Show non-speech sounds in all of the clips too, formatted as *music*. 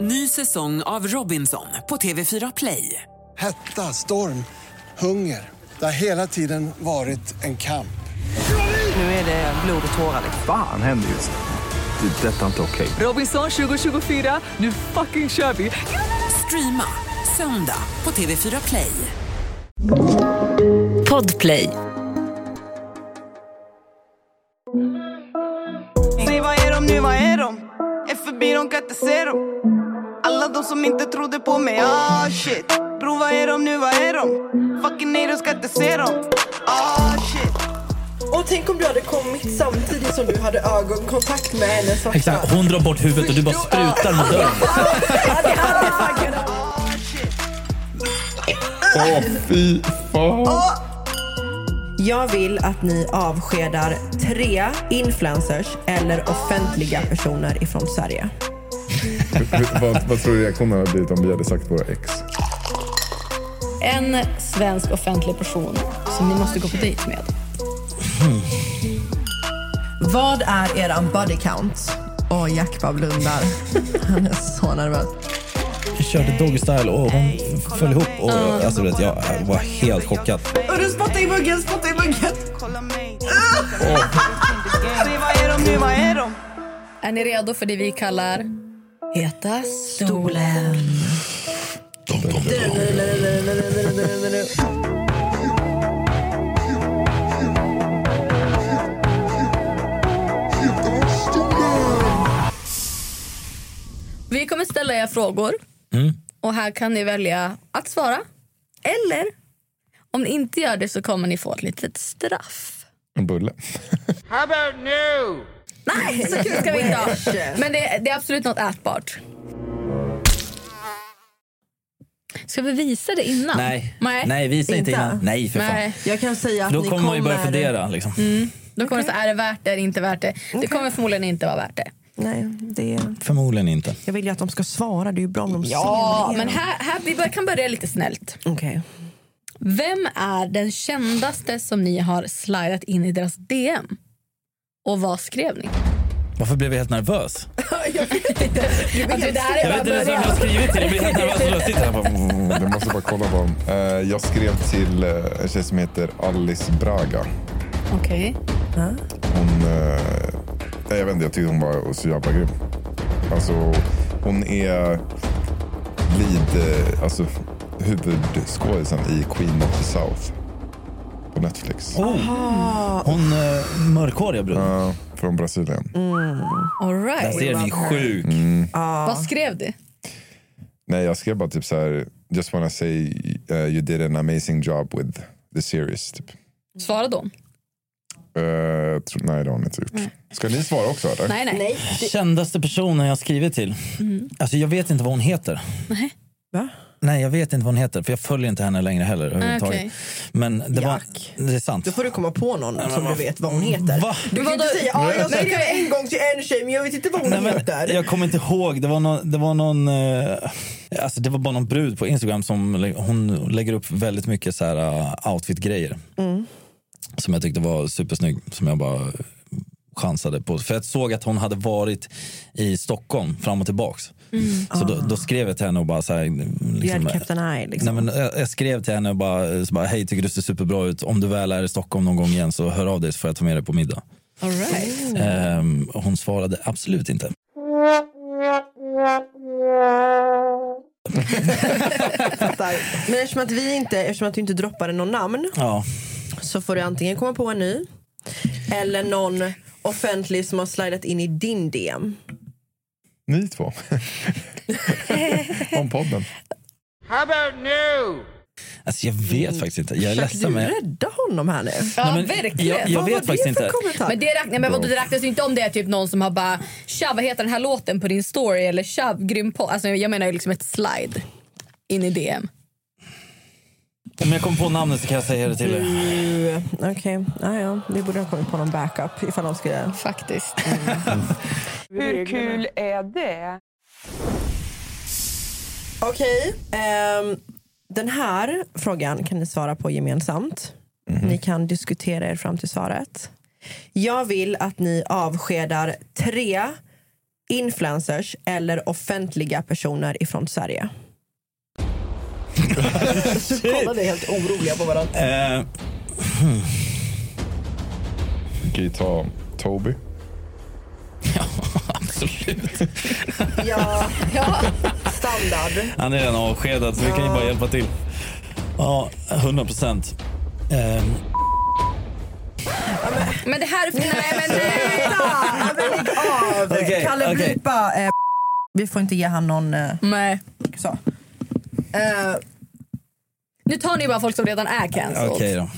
Ny säsong av Robinson på TV4 Play. Hetta, storm, hunger. Det har hela tiden varit en kamp. Nu är det blod och tårar. Fan händer just nu. Det. är Detta är inte okej. Robinson 2024, nu fucking kör vi! Streama söndag på TV4 Play. Podplay. Säg vad är de nu, vad är de? Är förbi, de kan inte se dem Alla de som inte trodde på mig, ah shit Bro vad är de nu, vad är de? Fucking nej, de ska inte se dem Ah shit Och tänk om du hade kommit samtidigt som du hade ögonkontakt med henne. Så Exakt, hon drar bort huvudet och du bara sprutar mot dörren. Jag vill att ni avskedar tre influencers eller offentliga personer ifrån Sverige. vad, vad tror du reaktionen hade blivit om vi hade sagt våra ex? en svensk offentlig person som ni måste gå på dejt med. Vad är eran body count? Åh, Jack bara blundar. *laughs* Han är så nervös. Jag körde doggy style och hon föll ihop. Och, alltså, vet, jag var helt chockad. Och du spottar i muggen, spottar i muggen. Ah. Kolla *laughs* mig Säg vad är de nu, vad är de? Är ni redo för det vi kallar Heta stolen? Vi kommer ställa er frågor och här kan ni välja att svara eller om ni inte gör det så kommer ni få ett litet straff. En bulle. Nej, så kul ska vi inte ha. Men det, det är absolut något ätbart. Ska vi visa det *laughs* innan? Nej, Nej. nej visa inte Inte? innan. Nej, för fan. Nej. Jag kan säga att Då ni kommer man ju börja fundera. Liksom. Då kommer det så här, är det värt det eller inte värt det? Det kommer förmodligen inte vara värt det. Nej, det... Förmodligen inte. Jag vill ju att de ska svara. Det är ju bra om de Ja, men här, här, vi bör, kan börja lite snällt. Okej. Vem är den kändaste som ni har slidat in i deras DM? Och vad skrev ni? Varför blev jag helt nervös? Alltså, det här Jag vet är bara inte ens vem jag har början. skrivit till. Jag blir helt nervös och jag sitter här och bara... Jag Mm, måste bara kolla vad... Eh, jag skrev till eh, en tjej som heter Alice Braga. Okej. Hon... eh, nej, jag vet inte, jag tyckte hon var så jävla grym. Alltså, hon är lead... eh, Alltså, huvudskådisen i Queen of the South. På Netflix. Ah. Hon eh, mörkhåriga bruden. Ja, från Brasilien. Mm. All Där right. ser ni, sjuk. Vad skrev du? Nej, jag skrev bara typ så här... Just wanna say eh, you did an amazing job with the series. Typ. Svara då. Eh, tro, nej, det har hon inte gjort. Ska ni svara också? Eller? Nej, nej. Kändaste personen jag har skrivit till. Alltså, jag vet inte vad hon heter. Va? Nej, jag vet inte vad hon heter. För jag följer inte henne längre heller. överhuvudtaget. okej. Men det, var, Ah, Jack. det är sant. Då får du komma på någon som du vet vad hon heter. Va? Du kan ju inte Vadå? säga ja, jag skrev en gång till en tjej men jag vet inte vad hon Nej, heter. men, jag kommer inte ihåg. Det var någon... Det var, någon eh, alltså, det var bara någon brud på Instagram som lä- hon lägger upp väldigt mycket så här, eh, outfit-grejer. Mm. Som jag tyckte var supersnygg. Som jag bara eh, chansade på. För jag såg att hon hade varit i Stockholm fram och tillbaks. Mm. Ah. Så då, då skrev jag till henne och bara så här, liksom, Eye Nej, men jag, jag skrev till henne och bara, så bara, hej tycker du ser superbra ut. Om du väl är i Stockholm någon gång igen så hör av dig så får jag ta med dig på middag. All right. Mm. Ehm, och hon svarade absolut inte. Men eftersom att, vi inte, eftersom att du inte droppade någon namn Ja. så får du antingen komma på en ny eller någon offentlig som har slidat in i din DM. Ni *laughs* två. Om podden. Alltså, jag vet faktiskt inte. Jag är Försöker ledsen du men... rädda honom här nu? Ja, Nej, men verkligen. Jag, jag Vad var vet faktiskt det för inte. kommentar? Men det, räknas, nej, men vadå, det räknas ju inte om det är typ någon som har bara “tja, vad heter den här låten på din story?” eller “tja, grym på. Alltså Jag menar ju liksom ett slide in i DM. Om jag kommer på namnet så kan jag säga det till Mm. er. Du, Okej, ja, ja. vi borde ha kommit på någon backup ifall de skulle... Faktiskt. Hur kul är det? Okej, ehm, den här frågan kan ni svara på gemensamt. Mhm. Ni kan diskutera er fram till svaret. Jag vill att ni avskedar tre influencers eller offentliga personer ifrån Sverige. Kolla, är helt oroliga på varandra. Eh, Vi kan ju ta Toby. absolut. Ja, ja. standard. Han är redan avskedad så vi kan ju bara hjälpa till. Ja, 100 procent. *laughs* Men det här är... Nej, men nej. Ja, Ah, men lägg av! Okej, Kalle okej. blipa. Eh, vi får inte ge han någon... Eh, nej. så. Eh, Nu tar ni bara folk som redan är cancelled. Okej då.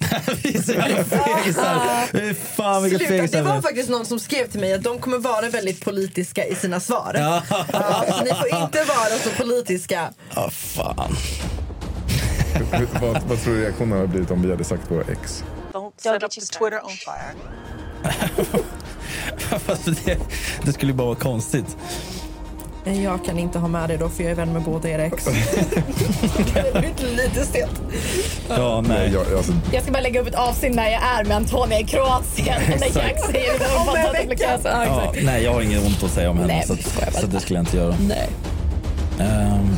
*laughs* vi är så jävla fegisar. Fy Fan vilka sluta. Det fegisar vi var är. faktiskt någon som skrev till mig att de kommer vara väldigt politiska i sina svar. Ja, så ni får inte vara så politiska. Ja, fan. *laughs* Hur- vad, vad tror du reaktionen hade blivit om vi hade sagt våra ex? Fast det, det skulle ju bara vara konstigt. Jag kan inte ha med det då för jag är vän med båda era *laughs* *laughs* ex. lite stelt. Ja, nej. Jag, jag, alltså, Jag ska bara lägga upp ett avsnitt när jag är med Antonia i Kroatien. och när Jack säger det. Om en vecka. Ja, nej, jag har inget ont att säga om henne Nej, så, men skojar att, bara. så det skulle jag inte göra. Nej. Ehm,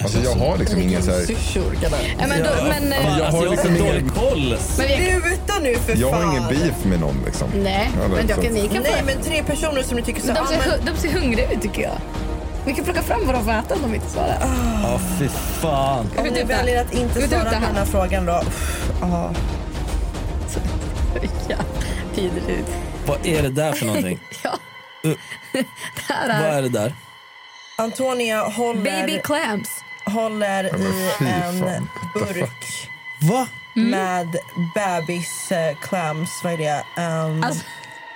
alltså, jag har liksom ingen så här... Syrsor kan jag. Ja, Men, då, men, eh, alltså, har jag har så liksom ingen- dålig koll. men, vi, Sluta nu för Jag har fan. ingen beef med någon liksom. nej, Ja, men liksom. jag kan, ni kan Nej få- men tre personer som ni tycker så de, ah, men, ser, de ser hungriga ut tycker jag. Vi kan plocka fram vad de får äta om de inte svarar. Ja, fy fan. Om Ut ni ut det. väljer att Ut inte ut svara på det här. den här frågan då. Ja. *laughs* Ja, vidrigt. Vad är det där för någonting? *laughs* Ja. Uh, Det här Vad är är det där? Antonia håller, baby clams. håller men i fy en fan. burk Va? Mm. med bebis eh, clams. Vad är det? Ehm, Alltså,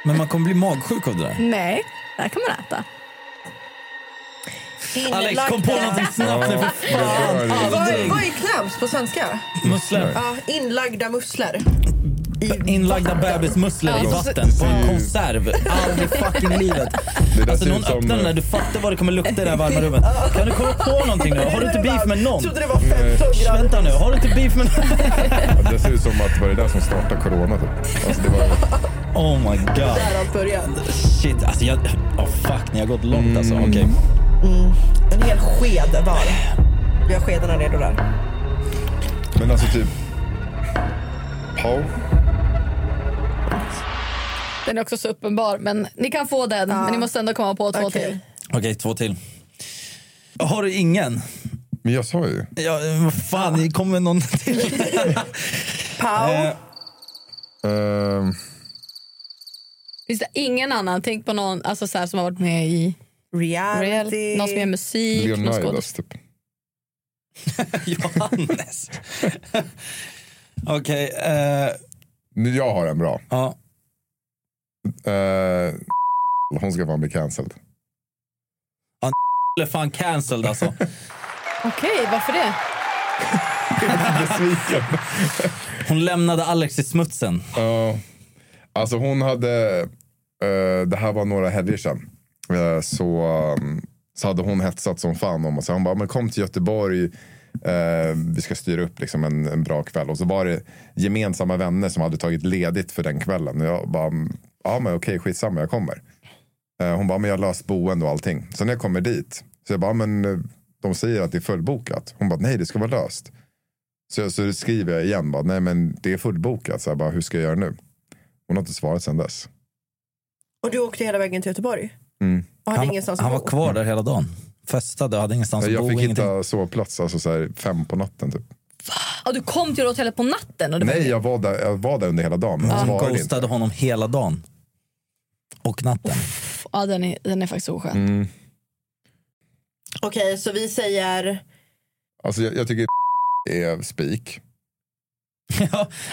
Men man kommer bli magsjuk av det där. nej, det här kan man äta. Alex, inlagda- kom på någonting snabbt nu för fan. Ja, Alltså, Vad Aldrig. är, vad är clams på svenska? Musslor. Ja, inlagda musslor. Inlagda bebismusslor i Ja, vatten på en konserv. Aldrig fucking i livet. Det där Alltså ser någon ut som- öppnar den där, du fattar vad det kommer lukta i det här varma rummet. Kan du komma på någonting nu? Har du inte beef med någon? Trodde det var Mm. 15 grader. Vänta nu, har du inte beef med någon? Det ser ut som att det var det där som startade corona typ. Alltså, det var, Oh my god. Där har början. Shit, alltså jag... Oh fuck, ni har gått långt alltså. Mm. Okej. En hel sked var. Vi har skedarna redo där. men alltså typ... Ja, Den är också så uppenbar, men ni kan få den. Men ni måste ändå komma på två Okej. till. Okej, två till. Har du ingen? men jag sa ju. Ja, vad fan, det kommer någon *laughs* *laughs* till. Pau. Eh, Ehm, Finns det ingen annan? Tänk på någon alltså, så här, som har varit med i Reality. reality, någon som gör musik, någon skådis. Leonidas typ. Johannes. Okej, eh, Nu, Jag har en bra. ja. Eh, hon ska fan bli cancelled. Blev fan cancelled alltså. Okej, varför det? Besviken. Hon lämnade Alex i smutsen. *laughs* Ja. Alltså hon hade, eh, det här var några helger sedan, Eh, så, um, så hade hon hetsat som fan om oss. Hon bara, men kom till Göteborg, eh, vi ska styra upp liksom en, en bra kväll. Och så var det gemensamma vänner som hade tagit ledigt för den kvällen. Och jag bara, "Mm, ja men okej skitsamma jag kommer. Eh, hon bara, men jag har löst boende och allting. Så när jag kommer dit, så jag bara, men eh, de säger att det är fullbokat. Hon bara, nej det ska vara löst. Så, jag- så skriver jag igen, bara, nej men det är fullbokat, så jag bara, hur ska jag göra nu? Hon har inte svarat sedan dess. Och du åkte hela vägen till Göteborg? Mm. Och hade Han, ingenstans att han bo? var kvar där hela dagen. Festade och hade ingenstans att jag Alltså, bo. fick ingenting. hitta sovplats alltså så här, fem på natten. Typ. Ja, du kom till hotellet på natten? Och det var- Nej, jag var, där, jag var där under hela dagen, men hon Hon svarade inte. ghostade honom hela dagen. Och *laughs* natten. Ja, den är, den är faktiskt oskön. Mm. Okej, så vi *laughs* säger... Alltså, jag, jag tycker *laughs* är spik.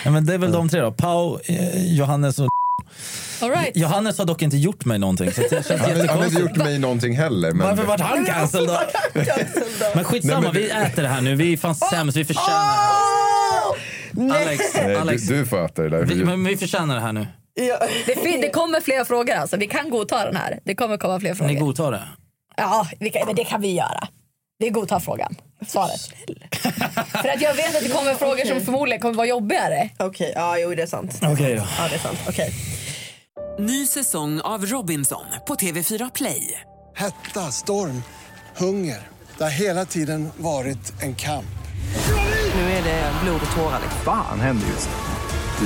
ja, men det är väl de tre då. Pau, eh, Johannes och... All right. Johannes har dock inte gjort mig någonting. Så det känns Han han har inte jättekonstigt. gjort mig någonting heller. Men... Varför vart han cancelled då? Men skitsamma, Nej, men- Ah! vi äter det här nu. Vi är fan sämst. Vi förtjänar det här. Alex, Nej, Alex. du, du får äta det där. Vi, men vi förtjänar det här nu. Det, fin- det kommer fler frågor alltså. Vi kan godta den här. Det kommer komma fler Ni frågor. godtar det? Ja, vi kan, men det kan vi göra. Vi godtar frågan. Svaret. För att jag vet att det kommer frågor som förmodligen kommer vara jobbigare. Okej, ja jo det är sant. Okej då. Ja det är sant. Okej. Ny säsong av Robinson på TV4 Play. Hetta, storm, hunger. Det har hela tiden varit en kamp. Nu är det blod och tårar. Fan händer just det.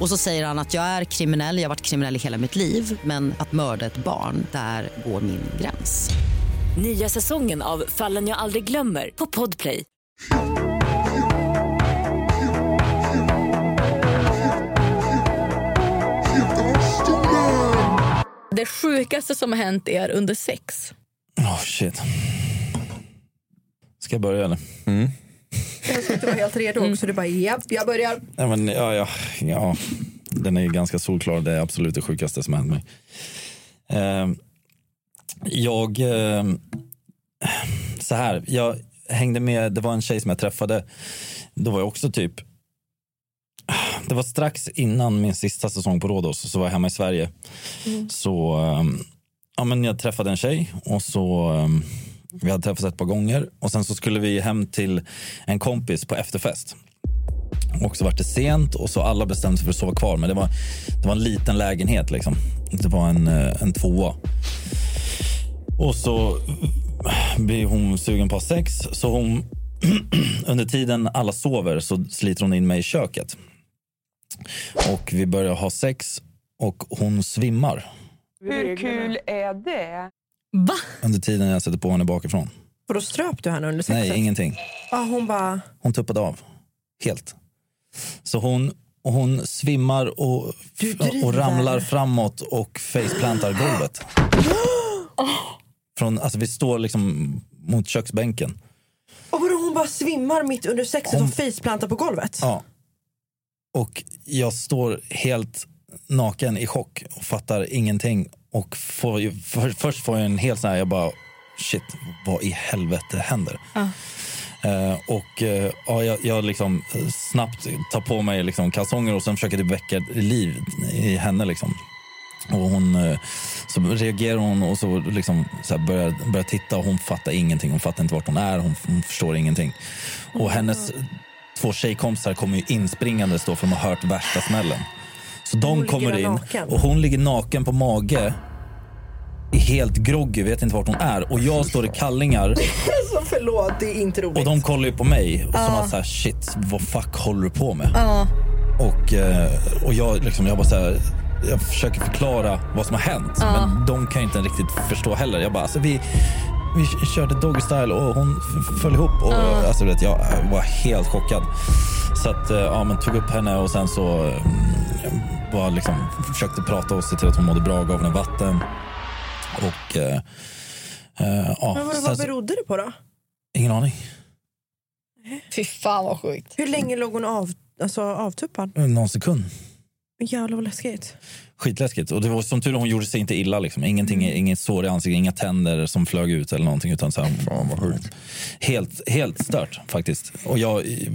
Och så säger han att jag är kriminell, jag har varit kriminell i hela mitt liv men att mörda ett barn, där går min gräns. Nya säsongen av Fallen jag aldrig glömmer på Podplay. Det sjukaste som har hänt er under sex. Oh, shit. Ska jag börja eller? Mm. Jag såg att du var helt redo också. Du bara, japp, jag börjar. Ja, men, ja, ja, ja. Den är ju ganska solklar. Det är absolut det sjukaste som har hänt mig. Eh, jag... Eh, så här, jag hängde med... Det var en tjej som jag träffade. Då var jag också typ... Det var strax innan min sista säsong på Rhodos. Så var jag hemma i Sverige. Så... eh, Ja, men jag träffade en tjej och så... eh, Vi hade träffats ett par gånger och sen så skulle vi hem till en kompis på efterfest. Och så var det sent och så alla bestämde sig för att sova kvar. Men det var, det var en liten lägenhet liksom. Det var en, eh, en tvåa. Och så blir hon sugen på att ha sex. Så hon, *clears throat* under tiden alla sover så sliter hon in mig i köket. Och vi börjar ha sex och hon svimmar Hur kul är det? Va? under tiden jag sätter på henne bakifrån. Och då ströp du henne under sexet? Nej, ingenting. Ah, Ja, hon bara, Hon tuppade av. Helt. Så hon, och hon svimmar och, driver. och ramlar framåt och faceplantar golvet. Från, alltså vi står liksom mot köksbänken. Ah, och vadå, hon bara svimmar mitt under sexet och faceplantar på golvet? Ja. Och jag står helt naken i chock och fattar ingenting. Och får ju, för, först får jag en helt sån här, jag bara shit, vad i helvete händer? Eh, och eh, ja, jag, jag liksom eh, snabbt tar på mig liksom kalsonger och sen försöker det väcka liv i henne. Liksom. Och hon, eh, så reagerar hon och så liksom så här börjar, börjar titta och hon fattar ingenting. Hon fattar inte vart hon är, hon, hon förstår ingenting. Och hennes två tjejkompisar kommer ju inspringandes då för de har hört värsta smällen. Så de Hon kommer ligger in naken. och hon ligger naken på mage. Helt groggy, vet inte vart hon är. Och jag står i kallingar Alltså förlåt, det är inte roligt. och de kollar ju på mig som Ja. att så här, shit, vad fuck håller du på med? Ja. Och, eh, och jag, liksom, jag bara så här, jag försöker förklara vad som har hänt. Ja. Men de kan ju inte riktigt förstå heller. Jag bara, alltså, vi, vi körde doggy style och hon f- föll ihop. Och, Ja. alltså, du vet, jag var helt chockad. Så att, eh, ja, men tog upp henne och sen så mm, jag bara liksom, försökte prata och se till att hon mådde bra, gav henne vatten. Och, eh, eh, ja, Men vad, sen vad så- berodde det på då? ingen aning. Fy fan vad sjukt. Hur länge låg hon av, alltså, avtuppad? Någon sekund. Jävlar vad läskigt. Skitläskigt. Och det var som tur var, hon gjorde sig inte illa. Liksom. Ingenting, Inget sår i ansiktet, inga tänder som flög ut eller någonting. Utan så här, Helt, helt stört faktiskt. Och jag... *laughs*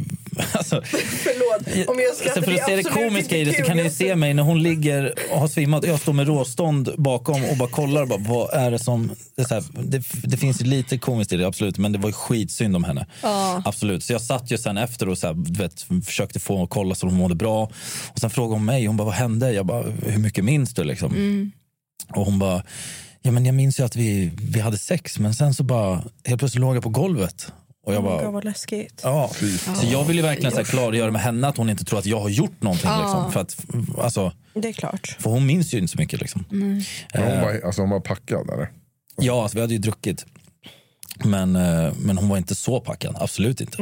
Alltså, Förlåt, om jag skrattar. så Alltså, för att se det absolut komiska i inte det så kul. kan ni ju se mig när hon ligger och har svimmat och jag står med råstånd bakom och bara kollar. Bara, vad är det som... Det, är så här, det, det finns ju lite komiskt i det, absolut. Men det var ju skitsynd om henne. Ja. Absolut. Så jag satt ju sen efter och så här, du vet, försökte få henne att kolla så hon mådde bra. Och sen frågade hon mig, hon bara, vad hände? Jag bara, hur mycket minns du? Liksom. Mm. Och hon bara, ja, men jag minns ju att vi, vi hade sex men sen så bara, helt plötsligt låg jag på golvet. Och jag Gud, bara, vad läskigt. Ja, så jag vill ju verkligen så här klargöra med henne att hon inte tror att jag har gjort någonting. Ja. Liksom, för, att, alltså, Det är klart. för hon minns ju inte så mycket. Liksom. Men hon, Eh, var, alltså, hon var packad eller? Ja, alltså, vi hade ju druckit. Men, eh, men hon var inte så packad, absolut inte.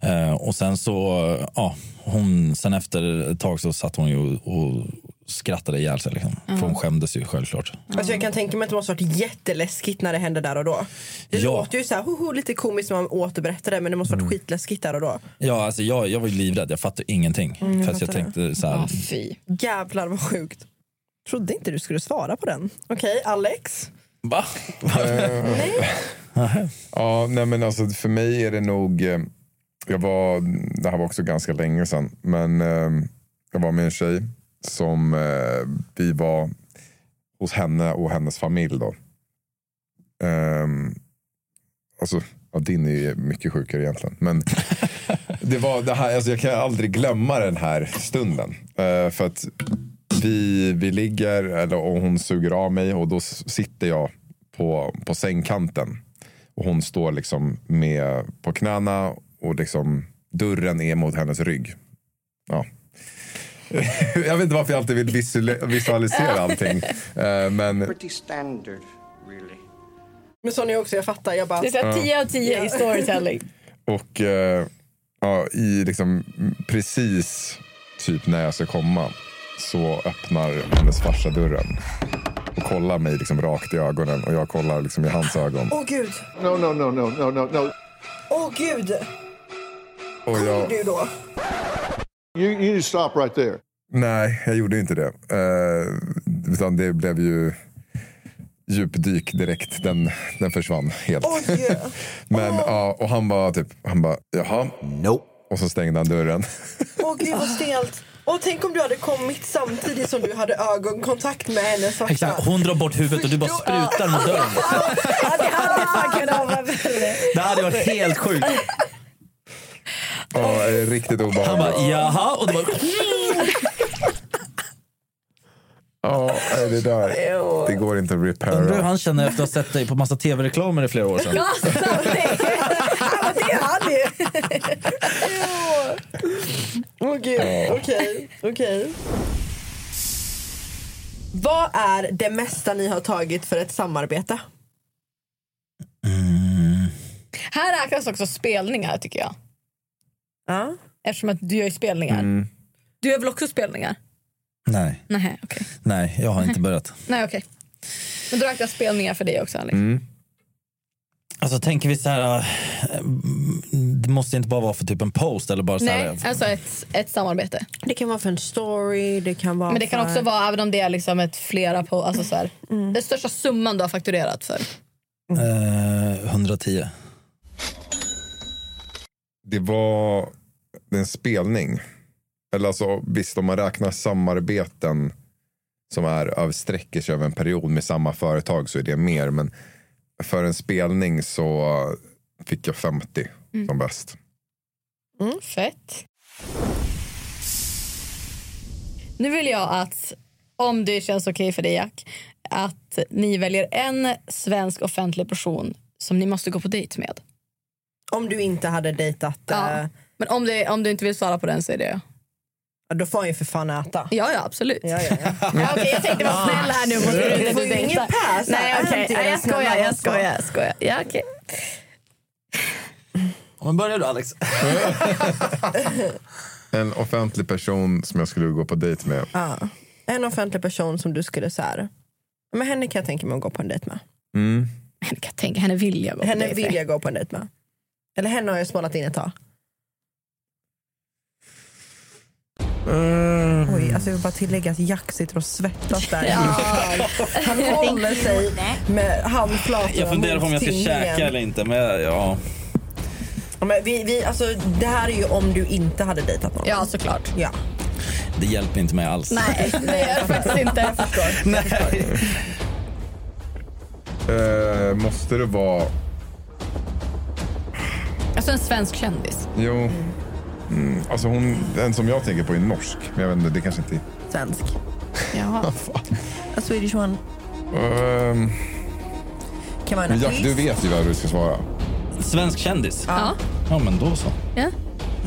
Eh, och sen så, eh, ja, hon, sen efter ett tag så satt hon ju och, och skrattade ihjäl sig. Liksom. För hon skämdes ju självklart. Alltså jag kan tänka mig att det måste varit jätteläskigt när det hände där och då. Det Ja. Mm. låter ju så här, ho, ho, lite komiskt när man återberättar det men det måste varit skitläskigt där och då. Ja, alltså, jag, jag var ju livrädd, jag fattade ingenting. Mm, jag jag för att jag fattar tänkte så här, Fy. Jävlar vad sjukt. Trodde inte du skulle svara på den. Okej, Alex. Va? Eh, ja, nej men alltså för mig är det nog, eh, jag var, det här var också ganska länge sedan, men eh, jag var med en tjej som eh, vi var hos henne och hennes familj då. Ehm, alltså, ja, din är ju mycket sjukare egentligen, men det var det här, alltså jag kan aldrig glömma den här stunden. Eh, för att vi, vi ligger eller, och hon suger av mig och då s- sitter jag på, på sängkanten. Och hon står liksom med på knäna och liksom dörren är mot hennes rygg. Ja. *laughs* jag vet inte varför jag alltid vill visuali- visualisera allting. Eh, men Pretty standard, really. Men sån är jag också, jag fattar. Jag bara... Det är så här Ja. 10 av 10 i storytelling. *laughs* Och eh, ja, i liksom precis typ när jag ska komma så öppnar hennes farsa dörren och kollar mig liksom rakt i ögonen och jag kollar liksom i hans ögon. Åh gud, No, no, no, no, no, no, no. åh gud. Och jag, Du då. You, you stop right there. Nej, jag gjorde inte det. Eh, utan det blev ju djupdyk direkt. Den, den försvann helt. *laughs* Men, ja, och han bara typ, han bara, jaha. Nope. Och så stängde han dörren. *laughs* Åh gud vad stelt. Och tänk om du hade kommit samtidigt som du hade ögonkontakt med hennes farsa. Exakt, hon drar bort huvudet och du bara sprutar mot dörren. Ja, det hade fan kunnat vara Det hade varit helt sjukt. Ja, eh, riktigt obehagligt. Han bara, jaha. Och det var... Ja, nej, det där. Ew. Det går inte att Undrar hur repara. Mm. han känner efter att ha sett dig på massa tv-reklamer i flera år sedan. alltså, Det är det. Åh gud, Ja. okej, okej. Vad är det mesta ni har tagit för ett samarbete? Här räknas också spelningar tycker jag. Ja. Eftersom att du gör ju spelningar. Mm. Du gör väl också spelningar? Nej, Nej, okej. nej, jag har inte börjat. Nej, okej. Men då räknas spelningar för dig också Alex. Alltså tänker vi så här, eh, det måste inte bara vara för typ en post eller bara så Nej, här, alltså ett, ett samarbete. Det kan vara för en story, det kan vara Men det kan för- också vara, även om det är liksom ett flera på, alltså så här, den största summan du har fakturerat för. eh, 110. Det var en spelning. Eller alltså, visst, om man räknar samarbeten som är av sträcker sig över en period med samma företag så är det mer. Men för en spelning så fick jag 50 Mm. som bäst. Fett. Nu vill jag att, om det känns okej för dig Jack, att ni väljer en svensk offentlig person som ni måste gå på dejt med. Om du inte hade dejtat... eh, Ja. Men om, det, om du inte vill svara på den så är det jag. Ja, då får han ju för fan äta. Ja, ja absolut. Ja, ja, ja. Ja, okej, jag tänkte vara snäll här nu mot Du dig när får du ju dejtar. ingen pass. Nej, okej. Antingen Nej, jag snälla skojar, jag eller så. skojar, jag skojar. Ja, okej. Ja, men börja du Alex. En offentlig person som jag skulle gå på dejt med. Ja. En offentlig person som du skulle så här... Men henne kan jag tänka mig att gå på en dejt med. Mm. Henne, kan jag tänka, henne vill jag gå på Henne dejt vill med. jag gå på en dejt med. Eller henne har jag spanat in ett tag. Oj, alltså jag vill bara tillägga att Jack sitter och svettas *laughs* där. Han håller sig med handflatorna Jag funderar på om jag ska mot tinningen. käka eller inte, men jag- ja. Ja, Men vi, vi, alltså, det här är ju om du inte hade dejtat någon. Ja, såklart. Ja. Det hjälper inte mig alls. Nej, det gör jag faktiskt inte. Nej. Eh, måste det vara... Alltså en svensk kändis. Jo. Mm, alltså hon, den som jag tänker på är norsk. Men jag vet inte, det kanske inte är... Svensk. Jaha. A Alltså, Swedish one. Ehm, Kan vara en men Jack, artist. du vet ju vad du ska svara. Svensk kändis? Ja. Ja, men då så. Ja.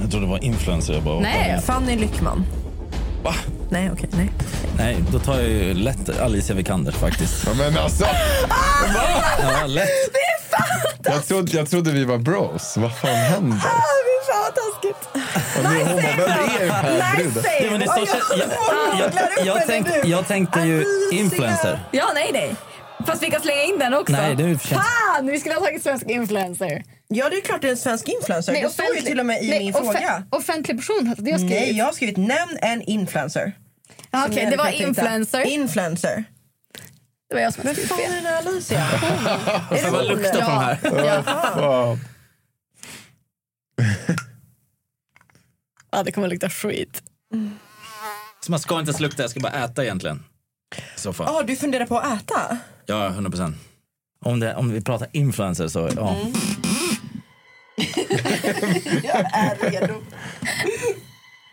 Jag trodde det var influencer. Jag bara, Nej. Fanny Lyckman. Nej, okej. nej. Nej, då tar jag ju lätt Alicia Vikander faktiskt. *laughs* Ja, men alltså! Ja, lätt. Jag trodde, jag trodde vi var bros. Vad fan händer? Ah, Fy fan vad taskigt. Och nu är hon bara, vem är den här Nej, bruden? säg Ja, men det står, jag, jag, jag, jag, tänkte, jag tänkte Alltså, ju influencer. Ja, nej, nej. Fast vi kan slänga in den också. Nej, det känns- Fan, vi skulle ha tagit svensk influencer. Ja, det är klart det är en svensk influencer. Nej, det står ju offentlig- till och med i nej, min offe- fråga. Offentlig person hade jag skrivit. Nej, jag har skrivit nämn en influencer. Ja, Som okej, jag det var kan tänka. influencer. Influencer. Det var jag som hade Vem skrivit fan fel. är den här *laughs* Alicia? Är det Fan, vad hon? luktar på den här. Wow. Ja, det kommer lukta skit. Så man ska inte ens lukta, jag ska bara äta egentligen. I så fall. Ja, du funderar på att äta? Ja, 100 procent. Om, det- om vi pratar influencer så, ja. Mm. Jag är *laughs* redo.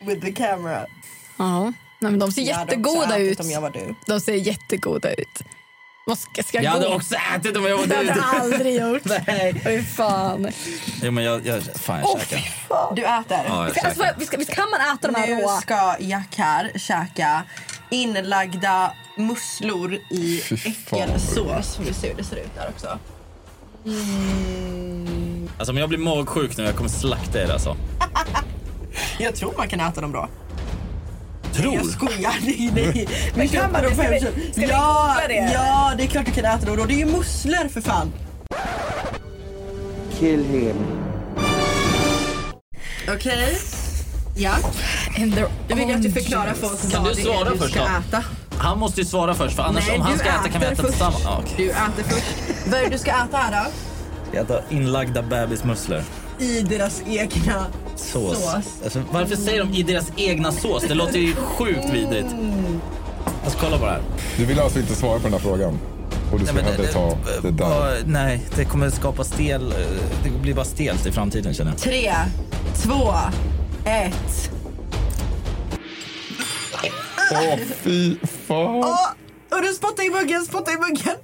With the camera. Ja. Nej, men de ser Jag hade också jättegoda ätit ut. om jag var du. De ser jättegoda ut. Vad ska, ska Jag gå? hade också ätit om jag var Det hade du. jag aldrig *laughs* gjort. Nej. Fy fan. Jo, men jag, jag, fan jag käkar. Du äter? Ja, jag Alltså, vad- vi ska, vi ska, kan man äta de här nu råa? ska Jack här käka inlagda musslor i äckelsås. Vi ser hur det ser ut där också. Alltså om jag blir magsjuk nu, jag kommer slakta er alltså. Jag tror man kan äta dem då. Tror? Jag skojar. Nej, *laughs* nej. Men Ska kan man dem vi- för ska vi- helvete? ska vi ja, googla det? Ja, det är klart du kan äta dem då. Det är ju musslor för fan. Kill him. Okej. Jack. Du vill att du förklarar för oss Kan vad du svara det är du först ska då? äta. Han måste ju svara först, för annars Nej, om han du ska äta kan vi äter äta först. tillsammans. Ja, okej. Du äter först. Vad är det du ska äta här då? Ska jag äta inlagda bebismusslor? I deras egna Sås. sås. Alltså, varför säger de i deras egna sås? Det låter ju sjukt vidrigt. Mm. Alltså kolla på det här. Du vill alltså inte svara på den här frågan? Och du ska men det- inte ta det där? Ja, nej, det kommer skapa stel... eh, Det blir bara stelt i framtiden känner jag. Tre, två, ett. Åh, fy fan. Åh, och du spottar i muggen, spottar i muggen.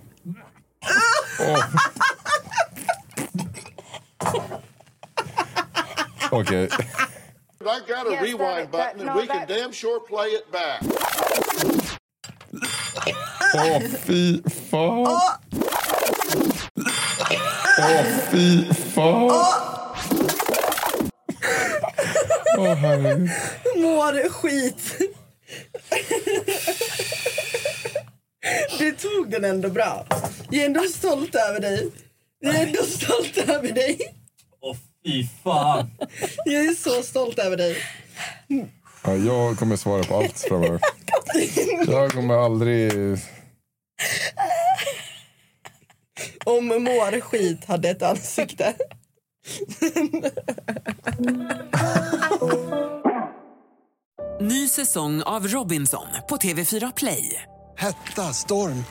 Åh. Okej. I got a rewind button, and we can damn sure play it back. Åh, fy fan. Åh, fy fan. Åh, herregud. Mår skit. Du tog den ändå bra. Jag är ändå stolt över dig. Jag är ändå stolt över dig. Fy fan. Jag är så stolt över dig. Ja, jag kommer svara på allt framöver. Jag kommer aldrig... Om mår skit hade ett ansikte. Ny säsong av Robinson på TV4 Play. Hetta, storm,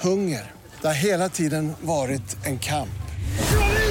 hunger. Det har hela tiden varit en kamp.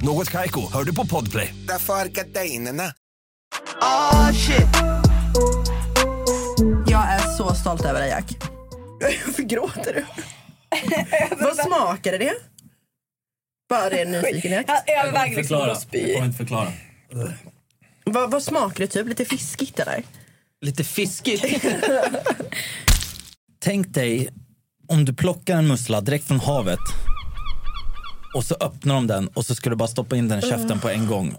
Något Kaiko, hör du på Podplay. Därför är gardinerna. Ah shit. Jag är så stolt över dig, Jack. Varför *laughs* gråter du? *laughs* Vad smakade det? Bara ren nyfikenhet. Jag kommer inte förklara. Jag kommer inte förklara. Vad, vad smakar det? Typ lite fiskigt eller? Lite fiskigt. *laughs* Tänk dig om du plockar en mussla direkt från havet och så öppnar de den och så ska du bara stoppa in den i käften på en gång.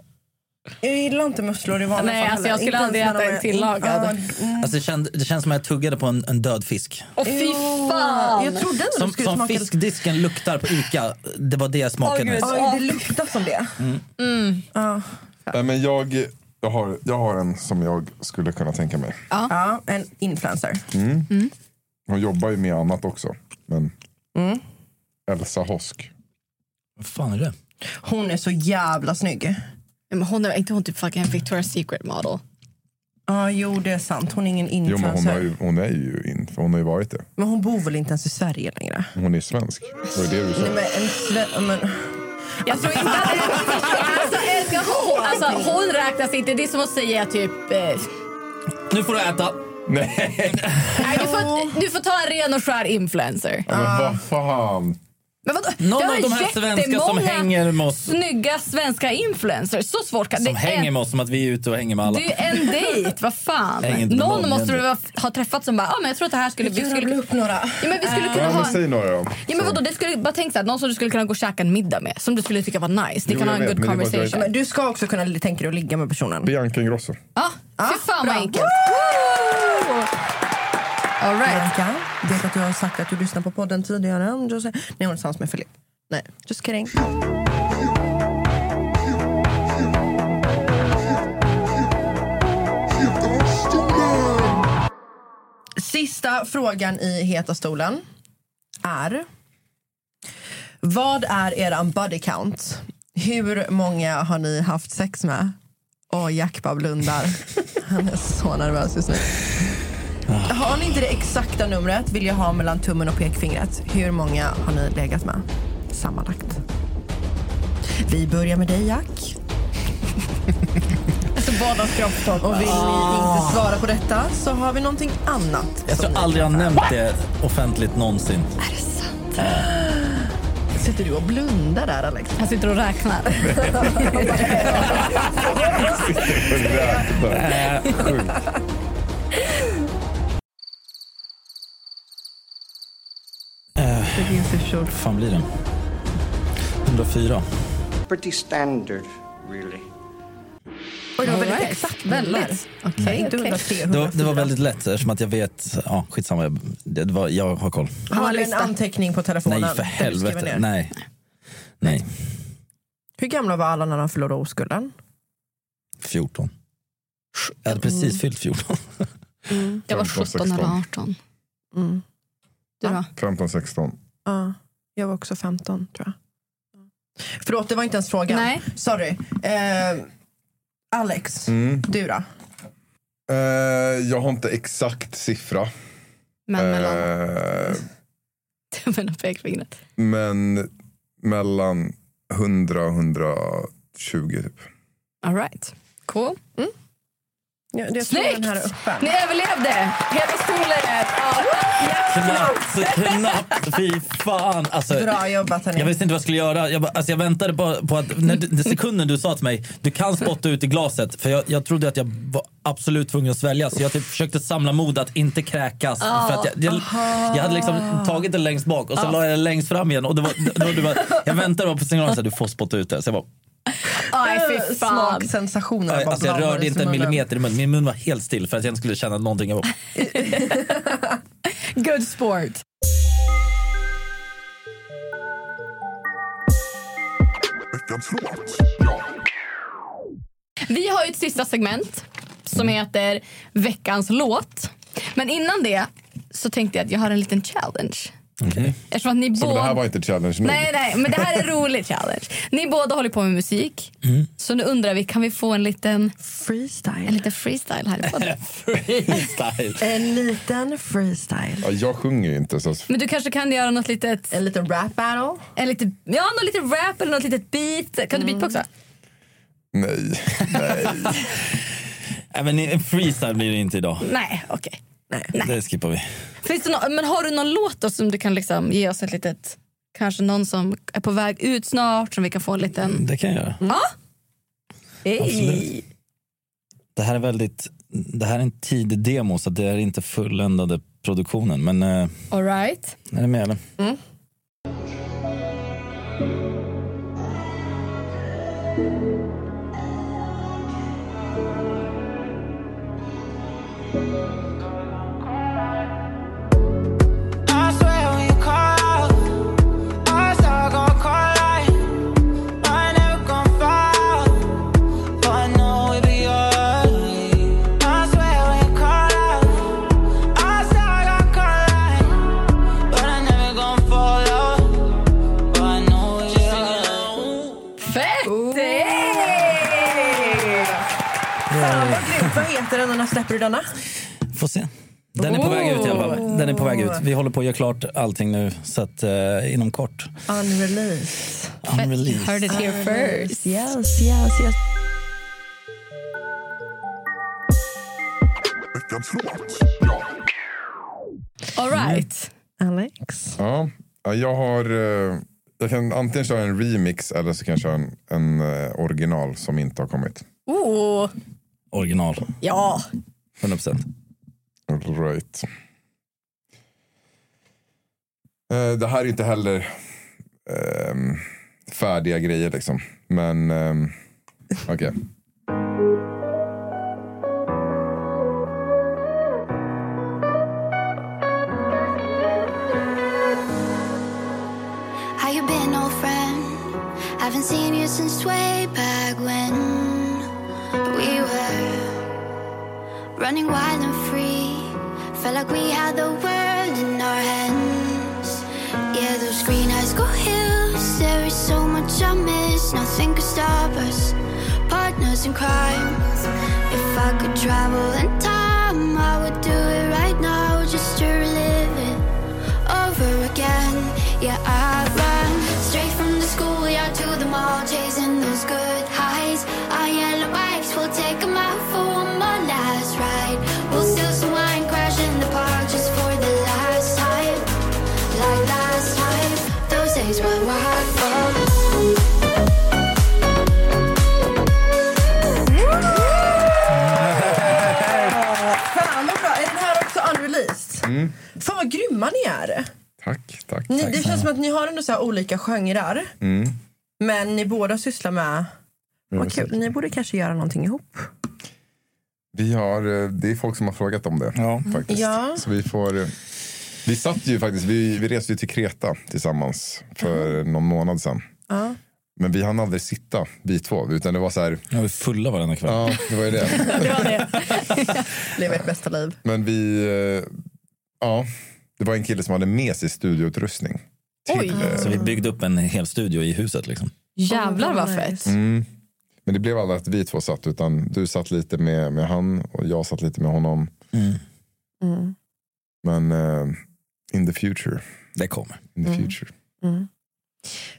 Jag gillar inte musslor i vanliga Nej, alltså, jag skulle aldrig äta en tillagad. Alltså, det, känd, det känns som att jag tuggade på en, en död fisk. Åh fy fan! Jag trodde ändå Som, som fiskdisken luktar på Ica. Det var det jag smakade nyss. Oj, det luktar som det. Mm. Mm. Ja. Nej, men jag, jag, har, jag har en som jag skulle kunna tänka mig. Ja, en influencer. Mm. Hon jobbar ju med annat också. Men Mm. Elsa Hosk. Vad fan är det? Hon är så jävla snygg. Men hon är inte hon typ fucking Victoria's Secret model? Ja, jo det är sant. Hon är ingen Jo, men hon, influencer. har ju, hon är ju in, för hon har ju varit det. Men hon bor väl inte ens i Sverige längre? Hon är svensk. Vad är det du sa? Nej, men en sve- men... Jag tror inte att alltså, älskar hon, alltså, hon räknas inte. Det är som att säga typ... Eh, Nu får du äta. Nej. *laughs* nej, du, får, du får ta en ren och skär influencer. Ja, Men vad fan. Men vadå? Någon Det var av de här svenska som jättemånga hänger med oss. Snygga svenska influencers. Så svårt kan Som det hänger en, med oss som att vi är ute och hänger med alla. Det är ju en dejt, vad fan. Hänger inte med Någon någon måste du ändå. ha, ha träffat som bara, ah, men jag tror att det här skulle... Vi skulle upp några. Ja, men vi skulle kunna Ja, ha... men säg några då. Ja, men vadå, det skulle, bara tänk så här, någon som du skulle kunna gå och käka en middag med. Som du skulle tycka var nice. Ni Jo, kan jag ha en vet, good men det är bara att jag conversation. inte- Men du ska också kunna tänka dig att ligga med personen. Bianca Ingrosso. Ja, Ah, fy fan vad enkelt. Woo! All right. Bianca, vet att du har sagt att du lyssnar på podden tidigare än Jose- Nej, hon är tillsammans med Filip. Nej, just kidding. Sista frågan i Heta stolen är... Vad är er body count? Hur många har ni haft sex med? Åh, Jackpa blundar. Han är så nervös just nu. Har ni inte det exakta numret vill jag ha mellan tummen och pekfingret. Hur många har ni legat med sammanlagt? Vi börjar med dig, Jack. alltså båda kroppstoppar. Och vill ni Ah. inte svara på detta så har vi någonting annat. Jag tror aldrig jag har nämnt det offentligt någonsin. Sitter du och blundar där, Alex? Han sitter *laughs* och räknar. Äh, sjukt. Eh, fan blir den? 104. Pretty standard, really. Oj, det var väldigt All right. exakt. Väldigt. Okej, okej. Det var, det var väldigt lätt eftersom att jag vet... Ja, skitsamma. Jag, det var, jag har koll. Har du en anteckning på telefonen? Nej, för där du skriver ner? helvete. Nej. Nej. Hur gamla var alla när de förlorade oskulden? 14. Jag hade precis Mm. fyllt 14. Jag var 15, 17 eller 16. 18. Mm. Du då? 15, 16. Ja, jag var också 15 tror jag. Förlåt, det var inte ens frågan. Nej. Sorry. Eh, Alex, Mm. du då? Eh, jag har inte exakt siffra. Men Eh. *laughs* mellan? Tummen och pekfingret. men mellan 100 och 120 typ. All right. Cool. Ja, det är Snyggt! frågan här uppe. Ni överlevde! Hela stolen! Knappt, *laughs* knappt. Fy fan. Alltså, Bra jobbat hörni. jag visste inte vad jag skulle göra. Jag, bara- alltså, jag väntade på, på att när, du- sekunden du sa till mig du kan spotta ut i glaset. För jag, jag trodde att jag var absolut tvungen att svälja. Så jag typ försökte samla mod att inte kräkas. Ah, för att jag, jag, aha. jag hade liksom tagit det längst bak och så Ah. la jag det längst fram igen. Och det var, det var, det var, jag väntade bara på signalen att du får spotta ut det. Så jag bara, Aj, fy fan. Eh, Smaksensationer. bara Alltså jag blandades rörde i inte en munnen. millimeter i munnen. Min mun var helt still för att jag inte skulle känna någonting. Jag bara, Good sport. Vi har ju ett sista segment som Mm. heter veckans låt. Men innan det så tänkte jag att jag har en liten challenge. Okay. Eftersom att ni Så men Alltså, det här båda... var inte challenge nog. Nej, nej, men det här är en rolig challenge. Ni båda håller på med musik. Mm. Så nu undrar vi, kan vi få en liten freestyle, en liten freestyle här i podden? freestyle. En liten freestyle. Ja, jag sjunger ju inte. Så. *laughs* Men du kanske kan göra något litet... En liten rap battle? En Mm. liten, ja, någon liten rap eller något litet beat. Kan du beatboxa? Nej. *laughs* Nej, men en freestyle blir det inte idag. Nej, okej. Det skippar vi. Finns det nå- men har du någon låt då som du kan liksom ge oss ett litet... Kanske någon som är på väg ut snart som vi kan få en liten... Det kan jag göra. Ja? Absolut. Det här är väldigt... Det här är en tidig demo så det är inte fulländade produktionen. Men eh, All right. är ni med eller? I swear when you call out, I start gon' call out. I never gon' fall, but I know it be alright. I swear when you call out, I start gon' call out. But I never gon' fall out, but I know it be alright. Fett! Fan vad grymt. Vad heter den och när släpper du denna? Får se. Den är på väg ut i alla fall. Den är på väg ut. Vi håller på att göra klart allting nu så att eh, inom kort. Unreleased. Unreleased. Heard it here first. Yes, yes, yes. All right. Alex? Ja, ja, jag har eh, Jag kan antingen köra en remix eller så kan jag köra en, en eh, original som inte har kommit. Oh, Original. ja. 100%. All right. Eh, Det här är inte heller ehm, färdiga grejer liksom. *laughs* Men ehm, okej. How you been, old friend? Haven't seen you since way back when we were running wild and free. Felt like we had the world in our hands. Yeah, those green eyes go hills. There is so much I miss. Nothing could stop us. Partners in crime. If I could travel in time, I would do it right now just to relive it over again. Yeah, I ran straight from the schoolyard to the mall, chasing those good highs. Our yellow bikes will take 'em out for one more last ride. We'll steal some wine, crash in the park just for the last time. Like last time, those days were wild. Fan vad bra. Är den här också unreleased? Mm. Fan vad grymma ni är. Tack, tack. Ni, tack. det känns som att ni har ändå så här olika genrer. Mm. Men ni båda sysslar med... Vad kul. Ni borde kanske göra någonting ihop. Vi har, eh, det är folk som har frågat om det. Faktiskt. Ja. Så vi får... eh, Vi satt ju faktiskt, vi, vi reste ju till Kreta tillsammans för någon månad sedan. Ja. Men vi hann aldrig sitta, vi två. Utan det var så här... Ja, vi fulla varenda kväll. Ja, det var ju det. Lever ert bästa liv. Men vi... eh, Ja, det var en kille som hade med sig studioutrustning. eh, Oj. Så vi byggde upp en hel studio i huset liksom. Jävlar vad fett. Mm. Men det blev aldrig att vi två satt, utan du satt lite med, med han och jag satt lite med honom. Mm. Men eh, in the future. Det kommer. In the Mm. future. Mm.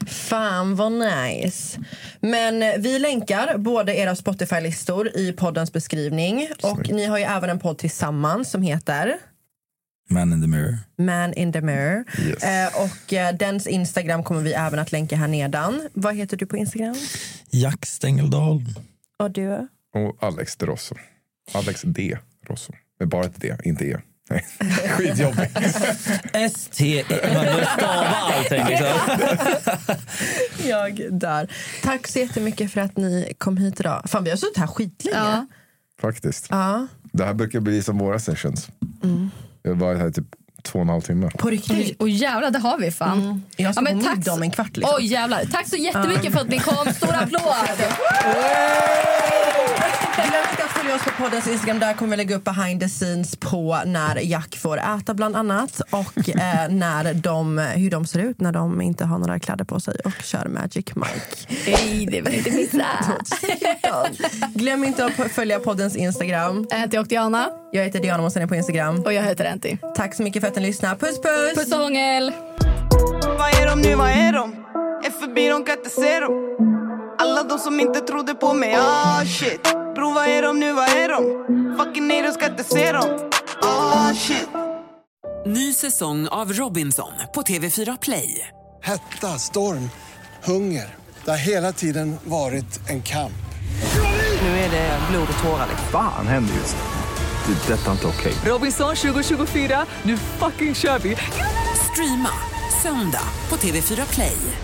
Fan vad nice. Men eh, vi länkar båda era Spotify-listor i poddens beskrivning. Och ni har ju även en podd tillsammans som heter Man in the mirror. Man in the mirror. Yes. Eh, och eh, dens Instagram kommer vi även att länka här nedan. Vad heter du på Instagram? Jack Stengeldal. Och du? Och Alex de Rosso. Alex D. Rosso. Men bara ett D, inte E. *laughs* Nej. Skitjobbigt. S-T... E- Man bör stava allting liksom. Jag dör. Tack så jättemycket för att ni kom hit idag. Fan, vi har suttit här skitlänge. Ja. Faktiskt. ja. Mm. Det här brukar bli som våra sessions. Jag har varit här typ två och en halv timme. På riktigt? Och jävlar, det har vi fan. Mm. Jag ska men gå och tack middag om en kvart. Oj jävlar. Tack så jättemycket för att ni kom. Stor applåd! *laughs* Glöm inte att följa oss på poddens Instagram. Där kommer vi lägga upp behind the scenes på när Jack får äta bland annat och *laughs* eh, när de, hur de ser ut när de inte har några kläder på sig och kör Magic *laughs* Mike. Nej, det vill inte missa. *laughs* Glöm inte att följa poddens Instagram. Jag heter Diana. Jag heter Diana Mossén på Instagram. Och jag heter Enti. Tack så mycket för att ni lyssnade. Puss puss! Puss och hångel! Vad är de nu, vad är de? Är förbi, de kan inte se dem. Alla de som inte trodde på mig, ah shit. Bro, vad är de nu, vad är de? Fucking nej, de ska inte se dem. Ah shit. Ny säsong av Robinson på TV4 Play. Hetta, storm, hunger. Det har hela tiden varit en kamp. Nu är det blod och tårar. liksom. Fan händer just det. Det är detta inte okej. Robinson 2024, nu fucking kör vi! Streama söndag på TV4 Play.